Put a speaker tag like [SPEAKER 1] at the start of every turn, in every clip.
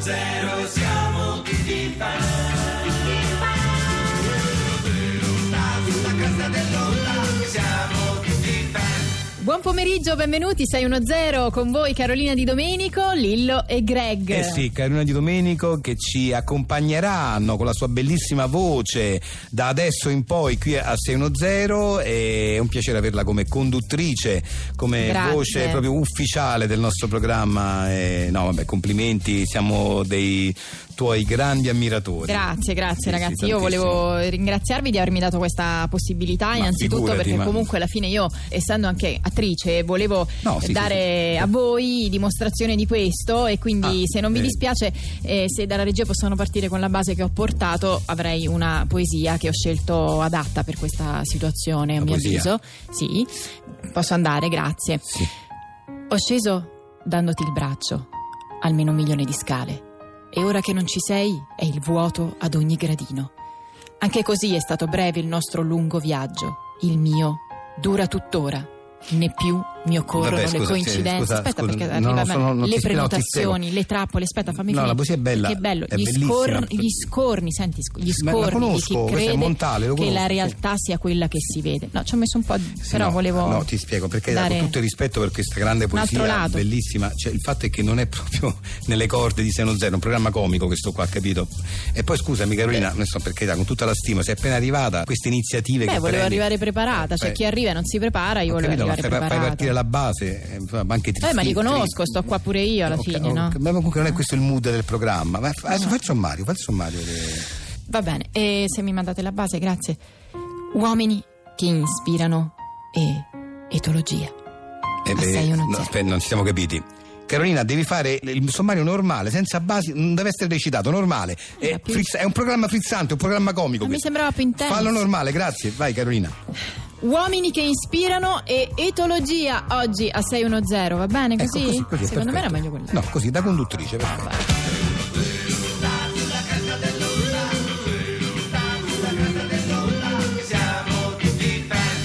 [SPEAKER 1] zero siamo tutti fan. Quello vero sta sulla cresta dell'onda, siamo tutti fan.
[SPEAKER 2] Buon pomeriggio, benvenuti, 610 con voi Carolina Di Domenico, Lillo e Greg.
[SPEAKER 3] Eh sì, Carolina Di Domenico che ci accompagneranno con la sua bellissima voce da adesso in poi qui a 610 e è un piacere averla come conduttrice, come
[SPEAKER 2] Grazie.
[SPEAKER 3] voce proprio ufficiale del nostro programma. E, no, vabbè, complimenti, siamo dei tuoi grandi ammiratori.
[SPEAKER 2] Grazie, grazie
[SPEAKER 3] Sì, sì,
[SPEAKER 2] ragazzi. io
[SPEAKER 3] tantissimo.
[SPEAKER 2] volevo ringraziarvi di avermi dato questa possibilità,
[SPEAKER 3] Ma
[SPEAKER 2] innanzitutto
[SPEAKER 3] figurati,
[SPEAKER 2] perché
[SPEAKER 3] ma-
[SPEAKER 2] comunque alla fine io, essendo anche attrice, volevo
[SPEAKER 3] No, sì, sì,
[SPEAKER 2] dare
[SPEAKER 3] sì, sì.
[SPEAKER 2] a voi dimostrazione di questo e quindi
[SPEAKER 3] Ah,
[SPEAKER 2] se non vi
[SPEAKER 3] bene.
[SPEAKER 2] dispiace, eh, se dalla regia possono partire con la base che ho portato, avrei una poesia che ho scelto adatta per questa situazione, a
[SPEAKER 3] Una
[SPEAKER 2] mio
[SPEAKER 3] poesia?
[SPEAKER 2] avviso. Sì, posso andare, grazie.
[SPEAKER 3] Sì.
[SPEAKER 2] Ho sceso dandoti il braccio, almeno un milione di scale, e ora che non ci sei è il vuoto ad ogni gradino. Anche così è stato breve il nostro lungo viaggio, il mio dura tuttora. Né più mi occorrono
[SPEAKER 3] Vabbè,
[SPEAKER 2] le
[SPEAKER 3] scusa,
[SPEAKER 2] coincidenze.
[SPEAKER 3] sì, scusa,
[SPEAKER 2] aspetta,
[SPEAKER 3] scusa,
[SPEAKER 2] perché
[SPEAKER 3] no,
[SPEAKER 2] arriva
[SPEAKER 3] no,
[SPEAKER 2] a me.
[SPEAKER 3] sono- non
[SPEAKER 2] le
[SPEAKER 3] ti spiego, no, ti
[SPEAKER 2] prenotazioni, le trappole. Aspetta, fammi
[SPEAKER 3] No,
[SPEAKER 2] finire.
[SPEAKER 3] la poesia è bella,
[SPEAKER 2] Che bello.
[SPEAKER 3] è
[SPEAKER 2] gli,
[SPEAKER 3] bellissima.
[SPEAKER 2] gli scorni, senti, sc- gli
[SPEAKER 3] Ma la
[SPEAKER 2] scorni
[SPEAKER 3] conosco,
[SPEAKER 2] di chi
[SPEAKER 3] questa è
[SPEAKER 2] crede
[SPEAKER 3] Montale, lo
[SPEAKER 2] che la
[SPEAKER 3] conosco, sì.
[SPEAKER 2] realtà sia quella che si vede. No, ci ho messo un po', di-
[SPEAKER 3] Sì,
[SPEAKER 2] però
[SPEAKER 3] no,
[SPEAKER 2] volevo.
[SPEAKER 3] no, ti spiego perché
[SPEAKER 2] dare-
[SPEAKER 3] con tutto il rispetto per questa grande
[SPEAKER 2] Un altro
[SPEAKER 3] poesia
[SPEAKER 2] lato.
[SPEAKER 3] bellissima cioè, il fatto è che non è proprio nelle corde di Seno Zero è un programma comico questo qua capito e poi scusami Carolina adesso per carità con tutta la stima sei appena arrivata queste iniziative
[SPEAKER 2] Beh,
[SPEAKER 3] che
[SPEAKER 2] volevo
[SPEAKER 3] prendi-
[SPEAKER 2] arrivare preparata,
[SPEAKER 3] Eh,
[SPEAKER 2] cioè
[SPEAKER 3] beh,
[SPEAKER 2] chi arriva e non si prepara, io
[SPEAKER 3] ho
[SPEAKER 2] volevo
[SPEAKER 3] capito, ma
[SPEAKER 2] arrivare
[SPEAKER 3] fai- fai,
[SPEAKER 2] preparata.
[SPEAKER 3] partire la base eh, insomma, ma anche
[SPEAKER 2] Eh, ma li
[SPEAKER 3] tristi-
[SPEAKER 2] conosco,
[SPEAKER 3] tristi-
[SPEAKER 2] sto qua pure io alla
[SPEAKER 3] Ok,
[SPEAKER 2] fine,
[SPEAKER 3] ok,
[SPEAKER 2] no?
[SPEAKER 3] ma comunque non è questo il mood del programma ma f- adesso faccio un Mario faccio un Mario
[SPEAKER 2] Va bene, e se mi mandate la base, grazie. Uomini che ispirano e etologia.
[SPEAKER 3] Eh
[SPEAKER 2] Ma
[SPEAKER 3] beh,
[SPEAKER 2] sei uno
[SPEAKER 3] no,
[SPEAKER 2] zero.
[SPEAKER 3] aspetta, non ci siamo capiti. Carolina, devi fare il sommario normale, senza basi, non deve essere recitato, normale.
[SPEAKER 2] Eh,
[SPEAKER 3] È,
[SPEAKER 2] ma più-
[SPEAKER 3] frizz- è un programma frizzante, un programma comico.
[SPEAKER 2] Ma Ah, mi
[SPEAKER 3] questo.
[SPEAKER 2] sembrava più intenso.
[SPEAKER 3] Fallo normale, grazie. Vai Carolina.
[SPEAKER 2] Uomini che ispirano e etologia oggi a 610, va bene
[SPEAKER 3] Ecco,
[SPEAKER 2] così?
[SPEAKER 3] così, così,
[SPEAKER 2] Secondo me era
[SPEAKER 3] perfetto.
[SPEAKER 2] meglio Ah, quello.
[SPEAKER 3] No, così, da conduttrice, perfetto.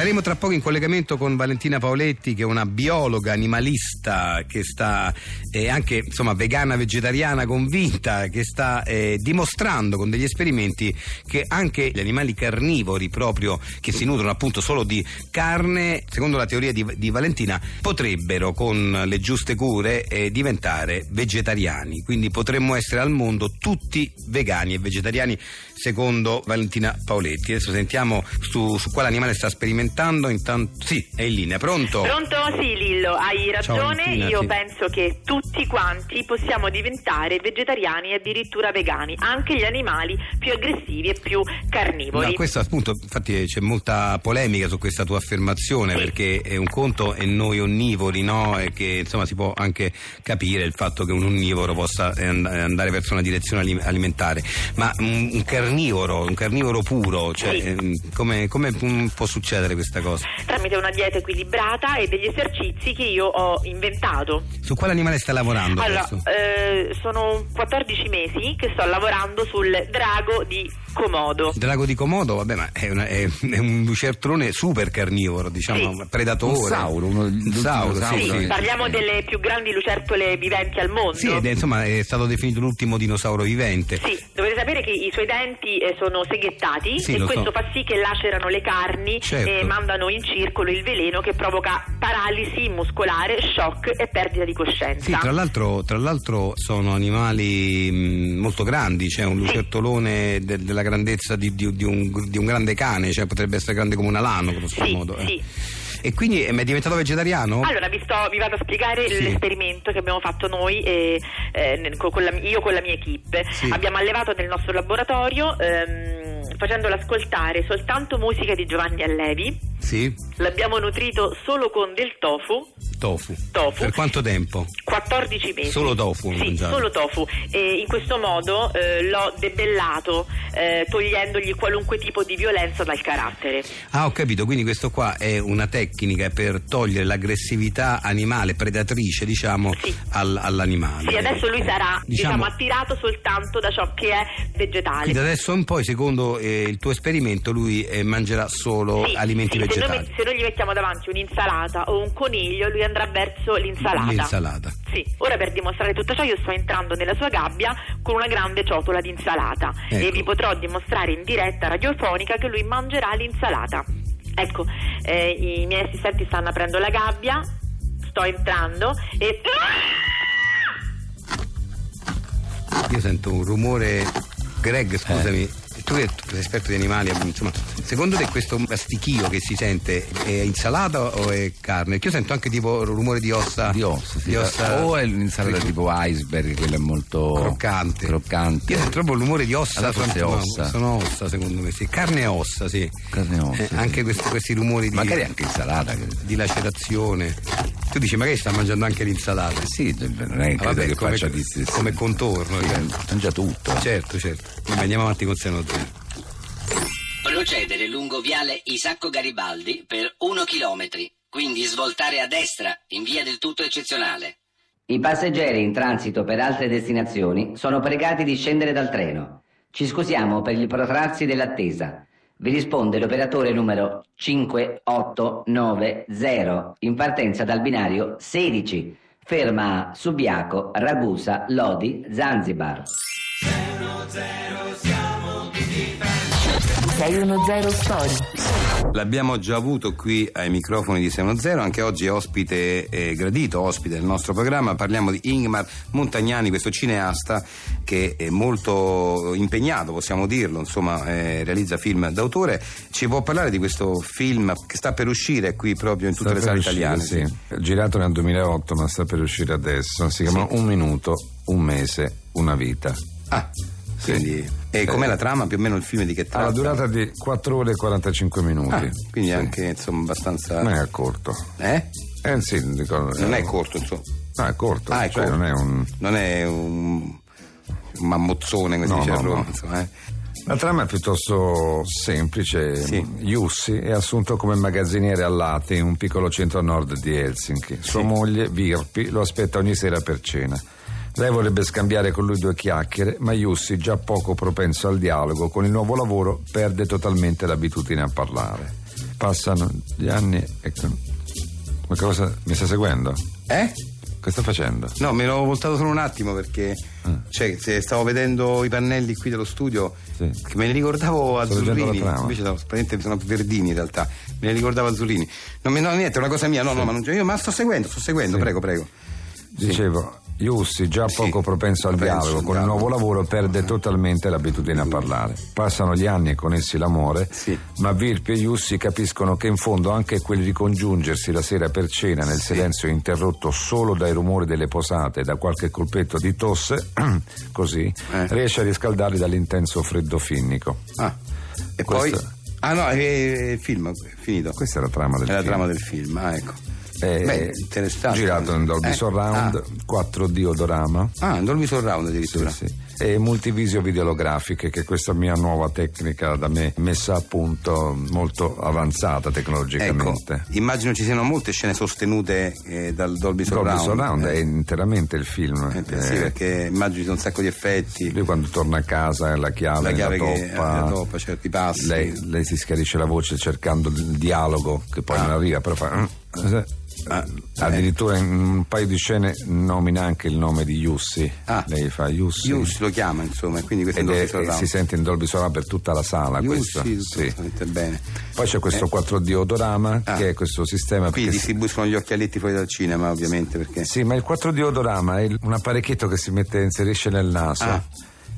[SPEAKER 3] Saremo tra poco in collegamento con Valentina Paoletti, che è una biologa animalista, che sta eh, anche insomma vegana vegetariana convinta, che sta eh, dimostrando con degli esperimenti che anche gli animali carnivori, proprio che si nutrono appunto solo di carne, secondo la teoria di, di Valentina, potrebbero con le giuste cure eh, diventare vegetariani. Quindi potremmo essere al mondo tutti vegani e vegetariani, secondo Valentina Paoletti. Adesso sentiamo su, su quale animale sta sperimentando. Intanto, sì, è in linea, pronto?
[SPEAKER 4] Pronto? Sì, Lillo, hai
[SPEAKER 3] Oh. Ciao,
[SPEAKER 4] ragione.
[SPEAKER 3] Valentina,
[SPEAKER 4] Io
[SPEAKER 3] sì.
[SPEAKER 4] penso che tutti quanti possiamo diventare vegetariani e addirittura vegani, anche gli animali più aggressivi e più carnivori.
[SPEAKER 3] No, questo appunto, infatti eh, c'è molta polemica su questa tua affermazione
[SPEAKER 4] Sì.
[SPEAKER 3] perché è un conto e noi onnivori, no? E che insomma si può anche capire il fatto che un onnivoro possa eh, and- andare verso una direzione ali- alimentare, ma mm, un, un carnivoro, un carnivoro puro, cioè
[SPEAKER 4] Sì.
[SPEAKER 3] ehm, come, come, mm, può succedere questa cosa?
[SPEAKER 4] Tramite una dieta equilibrata e degli esercizi che io ho inventato.
[SPEAKER 3] Su quale animale sta lavorando
[SPEAKER 4] Allora,
[SPEAKER 3] adesso?
[SPEAKER 4] eh, sono 14 mesi che sto lavorando sul drago di Comodo.
[SPEAKER 3] Il Drago di Comodo, vabbè, ma è, una- è- è un lucertolone super carnivoro, diciamo,
[SPEAKER 4] Sì.
[SPEAKER 3] predatore.
[SPEAKER 5] Un sauro, uno-
[SPEAKER 3] Un
[SPEAKER 5] l'ultimo
[SPEAKER 3] sauro, sì,
[SPEAKER 5] sauro,
[SPEAKER 3] sì.
[SPEAKER 4] Sì, parliamo delle più grandi lucertole viventi al mondo.
[SPEAKER 3] Sì, ed è, insomma è stato definito l'ultimo dinosauro vivente.
[SPEAKER 4] Sì, dovete sapere che i suoi denti eh, sono seghettati
[SPEAKER 3] Sì,
[SPEAKER 4] e
[SPEAKER 3] lo
[SPEAKER 4] questo
[SPEAKER 3] so.
[SPEAKER 4] fa sì che lacerano le carni
[SPEAKER 3] Certo.
[SPEAKER 4] e mandano in circolo il veleno che provoca paralisi muscolare, shock e perdita di coscienza.
[SPEAKER 3] Sì, tra l'altro, tra l'altro sono animali mh, molto grandi, c'è un lucertolone de- della grandezza di, di- di un, di un grande cane, cioè potrebbe essere grande come un alano, grosso
[SPEAKER 4] Sì,
[SPEAKER 3] modo. eh.
[SPEAKER 4] sì.
[SPEAKER 3] E quindi eh, ma è diventato vegetariano?
[SPEAKER 4] Allora, vi, sto, vi vado a spiegare
[SPEAKER 3] Sì.
[SPEAKER 4] l'esperimento che abbiamo fatto noi, eh, eh, nel- co- con la- io con la mia equip.
[SPEAKER 3] Sì.
[SPEAKER 4] Abbiamo allevato nel nostro laboratorio ehm, facendolo ascoltare soltanto musica di Giovanni Allevi,
[SPEAKER 3] Sì,
[SPEAKER 4] l'abbiamo nutrito solo con del tofu,
[SPEAKER 3] tofu.
[SPEAKER 4] Tofu.
[SPEAKER 3] Per quanto tempo?
[SPEAKER 4] 14 mesi.
[SPEAKER 3] Solo tofu
[SPEAKER 4] Sì,
[SPEAKER 3] mangiato.
[SPEAKER 4] solo tofu. E in questo modo eh, l'ho debellato, eh, togliendogli qualunque tipo di violenza dal carattere.
[SPEAKER 3] Ah, ho capito, quindi questo qua è una tecnica per togliere l'aggressività animale, predatrice, diciamo,
[SPEAKER 4] Sì.
[SPEAKER 3] al- all'animale.
[SPEAKER 4] Sì, adesso lui sarà
[SPEAKER 3] Diciamo-
[SPEAKER 4] diciamo, attirato soltanto da ciò che è vegetale.
[SPEAKER 3] Quindi da adesso in poi, secondo fatto eh, il tuo esperimento lui eh, mangerà solo
[SPEAKER 4] Sì,
[SPEAKER 3] alimenti
[SPEAKER 4] sì, se noi
[SPEAKER 3] vegetali.
[SPEAKER 4] met- Se noi, gli mettiamo davanti un'insalata o un coniglio, lui andrà verso l'insalata.
[SPEAKER 3] L'insalata.
[SPEAKER 4] Sì, ora per dimostrare tutto ciò io sto entrando nella sua gabbia con una grande ciotola di insalata e
[SPEAKER 3] Ecco.
[SPEAKER 4] vi potrò dimostrare in diretta radiofonica che lui mangerà l'insalata. Ecco, eh, i miei assistenti stanno aprendo la gabbia, sto entrando e...
[SPEAKER 3] Io sento un rumore. Greg, scusami,
[SPEAKER 5] Eh.
[SPEAKER 3] tu che tu sei esperto di animali, insomma, secondo te questo mastichio che si sente è insalata o è carne? Perché io sento anche tipo rumore di ossa.
[SPEAKER 5] Di ossa, sì. Eh,
[SPEAKER 3] di ossa-
[SPEAKER 5] Ah, o è un'insalata tipo iceberg, quella è molto
[SPEAKER 3] croccante.
[SPEAKER 5] croccante.
[SPEAKER 3] Io sento proprio l'umore di ossa.
[SPEAKER 5] Allora forse
[SPEAKER 3] sono,
[SPEAKER 5] è ossa.
[SPEAKER 3] sono ossa, secondo me, sì. Carne e ossa, sì. Eh,
[SPEAKER 5] Carne e ossa, sì.
[SPEAKER 3] Anche questi, questi rumori di,
[SPEAKER 5] Magari anche insalata. credo.
[SPEAKER 3] di lacerazione. Tu dici, magari sta mangiando anche l'insalata.
[SPEAKER 5] Sì, non è
[SPEAKER 3] Ah,
[SPEAKER 5] credo
[SPEAKER 3] vabbè,
[SPEAKER 5] che
[SPEAKER 3] come-
[SPEAKER 5] faccia di stessa-
[SPEAKER 3] come contorno,
[SPEAKER 5] Sì,
[SPEAKER 3] cioè.
[SPEAKER 5] ha mangiato tutto.
[SPEAKER 3] Certo, certo. Vabbè, andiamo avanti con Seno Zero.
[SPEAKER 6] Procedere lungo viale Isacco Garibaldi per 1 km, quindi svoltare a destra in via del tutto eccezionale. I passeggeri in transito per altre destinazioni sono pregati di scendere dal treno. Ci scusiamo per il protrarsi dell'attesa. Vi risponde l'operatore numero 5890 in partenza dal binario 16, ferma a Subiaco, Ragusa, Lodi, Zanzibar.
[SPEAKER 7] 610 Story.
[SPEAKER 3] L'abbiamo già avuto qui ai microfoni di Seno Zero, anche oggi è ospite eh, gradito, ospite del nostro programma, parliamo di Ingmar Montagnani, questo cineasta che è molto impegnato, possiamo dirlo, insomma eh, realizza film d'autore, ci può parlare di questo film che sta per uscire qui proprio in tutte le
[SPEAKER 8] Sta per
[SPEAKER 3] sale
[SPEAKER 8] uscire,
[SPEAKER 3] italiane?
[SPEAKER 8] sì. Girato nel 2008, ma sta per uscire adesso. Si chiama Un minuto, un mese, una vita.
[SPEAKER 3] Ah,
[SPEAKER 8] Sì.
[SPEAKER 3] quindi... E com'è
[SPEAKER 8] Eh.
[SPEAKER 3] la trama? Più o meno il film di che
[SPEAKER 8] Ha
[SPEAKER 3] tratta?
[SPEAKER 8] la durata di 4 ore e 45 minuti.
[SPEAKER 3] Ah, quindi
[SPEAKER 8] Sì.
[SPEAKER 3] anche insomma abbastanza...
[SPEAKER 8] Non è corto.
[SPEAKER 3] Eh?
[SPEAKER 8] Eh sì, dico,
[SPEAKER 3] Ah. Non
[SPEAKER 8] eh,
[SPEAKER 3] è corto insomma.
[SPEAKER 8] No, è corto.
[SPEAKER 3] Ah, è
[SPEAKER 8] cioè,
[SPEAKER 3] corto.
[SPEAKER 8] non è un-
[SPEAKER 3] Non è un, un mammozzone, come si
[SPEAKER 8] No,
[SPEAKER 3] dice a
[SPEAKER 8] no,
[SPEAKER 3] Roma,
[SPEAKER 8] no.
[SPEAKER 3] insomma, eh.
[SPEAKER 8] La trama è piuttosto semplice.
[SPEAKER 3] Sì.
[SPEAKER 8] Jussi è assunto come magazziniere a latte in un piccolo centro a nord di Helsinki. Sua moglie, Virpi, lo aspetta ogni sera per cena. Lei vorrebbe scambiare con lui due chiacchiere, ma Jussi, già poco propenso al dialogo, con il nuovo lavoro perde totalmente l'abitudine a parlare. Passano gli anni e. Ma cosa mi sta seguendo?
[SPEAKER 3] Eh?
[SPEAKER 8] Che sta facendo?
[SPEAKER 3] No, me l'ho voltato solo un attimo perché
[SPEAKER 8] Mm.
[SPEAKER 3] cioè, se stavo vedendo i pannelli qui dello studio
[SPEAKER 8] Sì.
[SPEAKER 3] che me ne ricordavo
[SPEAKER 8] leggendo la
[SPEAKER 3] azzurrini,
[SPEAKER 8] trama.
[SPEAKER 3] invece no, praticamente sono verdini in realtà, me ne ricordavo azzurrini. Non mi no, niente, è una cosa mia, no, no, ma non c'è- io ma sto seguendo, sto seguendo,
[SPEAKER 8] Sì.
[SPEAKER 3] prego, prego.
[SPEAKER 8] Dicevo, Jussi, già
[SPEAKER 3] Sì,
[SPEAKER 8] poco propenso al
[SPEAKER 3] propenso
[SPEAKER 8] dialogo,
[SPEAKER 3] al
[SPEAKER 8] con il
[SPEAKER 3] dialogo.
[SPEAKER 8] nuovo lavoro perde totalmente l'abitudine a parlare. Passano gli anni e con essi l'amore,
[SPEAKER 3] Sì.
[SPEAKER 8] ma Virpi e Jussi capiscono che in fondo anche quel ricongiungersi la sera per cena nel silenzio interrotto solo dai rumori delle posate e da qualche colpetto di tosse, così,
[SPEAKER 3] Eh.
[SPEAKER 8] riesce a riscaldarli dall'intenso freddo finnico.
[SPEAKER 3] Ah, e poi
[SPEAKER 8] Questo-
[SPEAKER 3] Ah no, è, è film, è finito.
[SPEAKER 8] Questa è la trama del
[SPEAKER 3] È la
[SPEAKER 8] film.
[SPEAKER 3] trama del film, ah ecco.
[SPEAKER 8] È
[SPEAKER 3] Beh, interessante.
[SPEAKER 8] Girato in Dolby
[SPEAKER 3] Eh,
[SPEAKER 8] Surround,
[SPEAKER 3] ah.
[SPEAKER 8] 4D odorama.
[SPEAKER 3] Ah, in Dolby Surround
[SPEAKER 8] Sì,
[SPEAKER 3] addirittura.
[SPEAKER 8] sì. E multivisio videolografiche, che è questa mia nuova tecnica da me messa a punto molto avanzata
[SPEAKER 3] Ecco,
[SPEAKER 8] tecnologicamente.
[SPEAKER 3] immagino ci siano molte scene sostenute eh, dal Dolby
[SPEAKER 8] Dolby
[SPEAKER 3] Surround.
[SPEAKER 8] Surround
[SPEAKER 3] Eh,
[SPEAKER 8] è interamente il film.
[SPEAKER 3] eh, beh, sì,
[SPEAKER 8] Eh,
[SPEAKER 3] perché immagino ci sono un sacco di effetti.
[SPEAKER 8] Lui quando torna a casa eh, la chiave,
[SPEAKER 3] La chiave
[SPEAKER 8] nella
[SPEAKER 3] che-
[SPEAKER 8] toppa,
[SPEAKER 3] nella toppa, certi passi.
[SPEAKER 8] Lei, lei si schiarisce la voce cercando il dialogo che poi non arriva, però fa. "Mm". Eh,
[SPEAKER 3] Ah,
[SPEAKER 8] Addirittura in un paio di scene nomina anche il nome di Jussi.
[SPEAKER 3] Ah.
[SPEAKER 8] lei fa Jussi.
[SPEAKER 3] Jussi lo chiama, insomma, e quindi questo
[SPEAKER 8] Ed
[SPEAKER 3] è
[SPEAKER 8] è- eh,
[SPEAKER 3] il Dolby Surround.
[SPEAKER 8] si sente in Dolby Surround per tutta la sala questo.
[SPEAKER 3] Jussi,
[SPEAKER 8] Sì.
[SPEAKER 3] assolutamente bene.
[SPEAKER 8] Poi c'è questo 4D odorama
[SPEAKER 3] Eh. Ah.
[SPEAKER 8] che è questo sistema
[SPEAKER 3] Qui
[SPEAKER 8] perché si-
[SPEAKER 3] distribuiscono gli occhialetti fuori dal cinema, ovviamente, perché...
[SPEAKER 8] sì, ma il 4D odorama è il- un apparecchietto che si mette inserisce nel naso
[SPEAKER 3] Ah.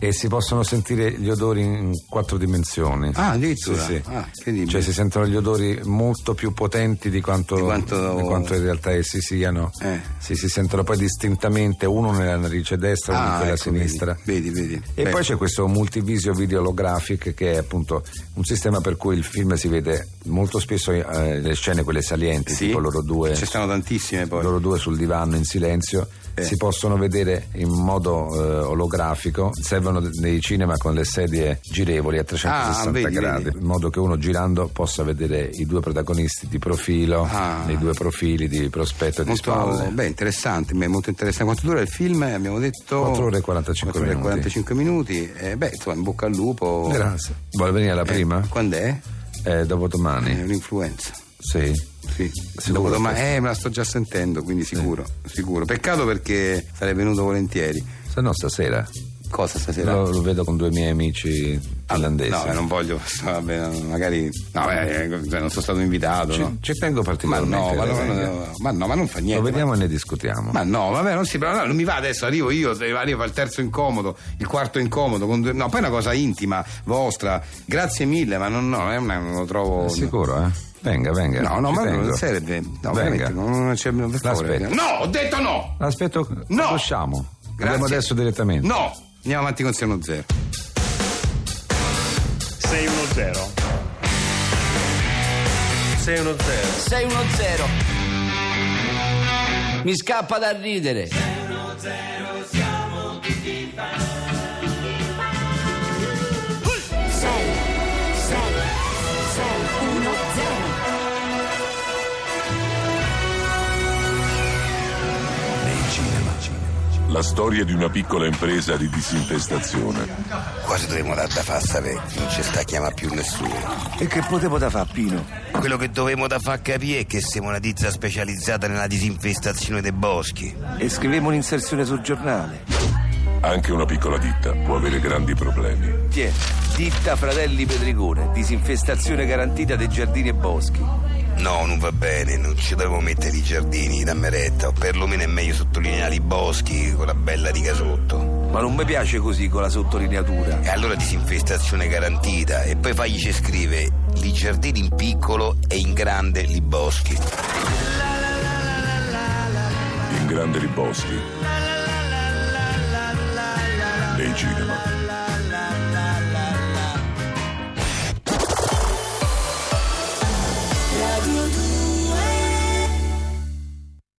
[SPEAKER 8] e si possono sentire gli odori in quattro dimensioni.
[SPEAKER 3] Ah, addirittura?
[SPEAKER 8] Sì, sì.
[SPEAKER 3] Ah, incredibile.
[SPEAKER 8] cioè si sentono gli odori molto più potenti di quanto,
[SPEAKER 3] Di quanto-
[SPEAKER 8] di quanto in realtà essi siano.
[SPEAKER 3] Eh.
[SPEAKER 8] Sì, si sentono poi distintamente uno nella narice destra, uno in
[SPEAKER 3] Ah,
[SPEAKER 8] quella
[SPEAKER 3] ecco,
[SPEAKER 8] sinistra.
[SPEAKER 3] Vedi, vedi. vedi.
[SPEAKER 8] E
[SPEAKER 3] Beh,
[SPEAKER 8] poi c'è questo multivisio videolographic che è appunto un sistema per cui il film si vede molto spesso eh, le scene quelle salienti,
[SPEAKER 3] Sì.
[SPEAKER 8] tipo loro due,
[SPEAKER 3] Ci stanno tantissime poi.
[SPEAKER 8] loro due sul divano in silenzio
[SPEAKER 5] Sì.
[SPEAKER 8] si possono vedere in modo eh, olografico. Servono nei cinema con le sedie girevoli a 360
[SPEAKER 5] Ah, vedi,
[SPEAKER 8] gradi,
[SPEAKER 5] vedi.
[SPEAKER 8] in modo che uno girando possa vedere i due protagonisti di profilo,
[SPEAKER 5] Ah.
[SPEAKER 8] nei due profili di prospetto e di
[SPEAKER 5] Molto
[SPEAKER 8] spalle.
[SPEAKER 5] beh, interessante, mi è molto interessante. Quanto dura il film? Abbiamo detto
[SPEAKER 8] 4 ore e 45
[SPEAKER 5] 4 ore e
[SPEAKER 8] minuti.
[SPEAKER 5] 45 minuti. Eh, beh, insomma, in bocca al lupo.
[SPEAKER 8] Grazie. Vuole venire alla
[SPEAKER 5] Eh,
[SPEAKER 8] prima?
[SPEAKER 5] Quando è?
[SPEAKER 8] Eh, dopodomani?
[SPEAKER 5] Eh, un'influenza.
[SPEAKER 8] Sì.
[SPEAKER 5] Sì,
[SPEAKER 8] Sicuro,
[SPEAKER 5] dopodomani-
[SPEAKER 8] sì.
[SPEAKER 5] eh, me la sto già sentendo, quindi sicuro, sicuro. Peccato perché sarei venuto volentieri.
[SPEAKER 8] Se no stasera.
[SPEAKER 5] Esatto. Cosa stasera?
[SPEAKER 8] Lo, lo vedo con due miei amici irlandesi.
[SPEAKER 5] No, eh, non voglio, vabbè, magari. No, eh, cioè, non sono stato invitato.
[SPEAKER 8] Ci,
[SPEAKER 5] no.
[SPEAKER 8] ci tengo
[SPEAKER 5] Ma
[SPEAKER 8] particolarmente.
[SPEAKER 5] no ma, no,
[SPEAKER 8] Ravenga.
[SPEAKER 5] no, ma no, ma non fa niente.
[SPEAKER 8] Lo vediamo
[SPEAKER 5] ma-
[SPEAKER 8] e ne discutiamo.
[SPEAKER 5] Ma no, vabbè, non si parla, no, non mi va adesso, arrivo io, eh, arrivo al terzo incomodo, il quarto incomodo, con due- no, poi è una cosa intima, vostra, grazie mille, ma non, no, è una- non lo trovo...
[SPEAKER 8] Eh, Sicuro, eh? Venga, venga.
[SPEAKER 5] No, no,
[SPEAKER 8] ci
[SPEAKER 5] ma
[SPEAKER 8] tengo.
[SPEAKER 5] non serve, no,
[SPEAKER 8] venga.
[SPEAKER 5] veramente, non c'è... per favore.
[SPEAKER 8] L'aspetto.
[SPEAKER 5] No, ho detto no!
[SPEAKER 8] Aspetto,
[SPEAKER 5] No!
[SPEAKER 8] Lasciamo. Andiamo
[SPEAKER 5] Grazie.
[SPEAKER 8] adesso direttamente.
[SPEAKER 5] No! Andiamo avanti con Siano Zero.
[SPEAKER 9] 610 610
[SPEAKER 10] 610
[SPEAKER 5] eh.
[SPEAKER 10] mi scappa da ridere
[SPEAKER 11] La storia di una piccola impresa di disinfestazione.
[SPEAKER 3] Quasi dovremmo dar da fa a sapere che non ci sta a chiama più nessuno.
[SPEAKER 12] E che potevo da fare, Pino?
[SPEAKER 3] Quello che dovremmo da far capire è che siamo una tizia specializzata nella disinfestazione dei boschi.
[SPEAKER 12] E scrivevo un'inserzione sul giornale.
[SPEAKER 11] Anche una piccola ditta può avere grandi problemi.
[SPEAKER 12] Tiè, ditta Fratelli Pedricone, disinfestazione garantita dei giardini e boschi.
[SPEAKER 3] No, non va bene, non ci dovevo mettere i giardini da meretta, o perlomeno è meglio sottolineare i boschi con la bella riga sotto.
[SPEAKER 12] Ma non mi piace così con la sottolineatura.
[SPEAKER 3] E allora disinfestazione garantita, e poi fagli ci scrive i giardini in piccolo e in grande i boschi.
[SPEAKER 11] In grande riboschi. Nei cinema.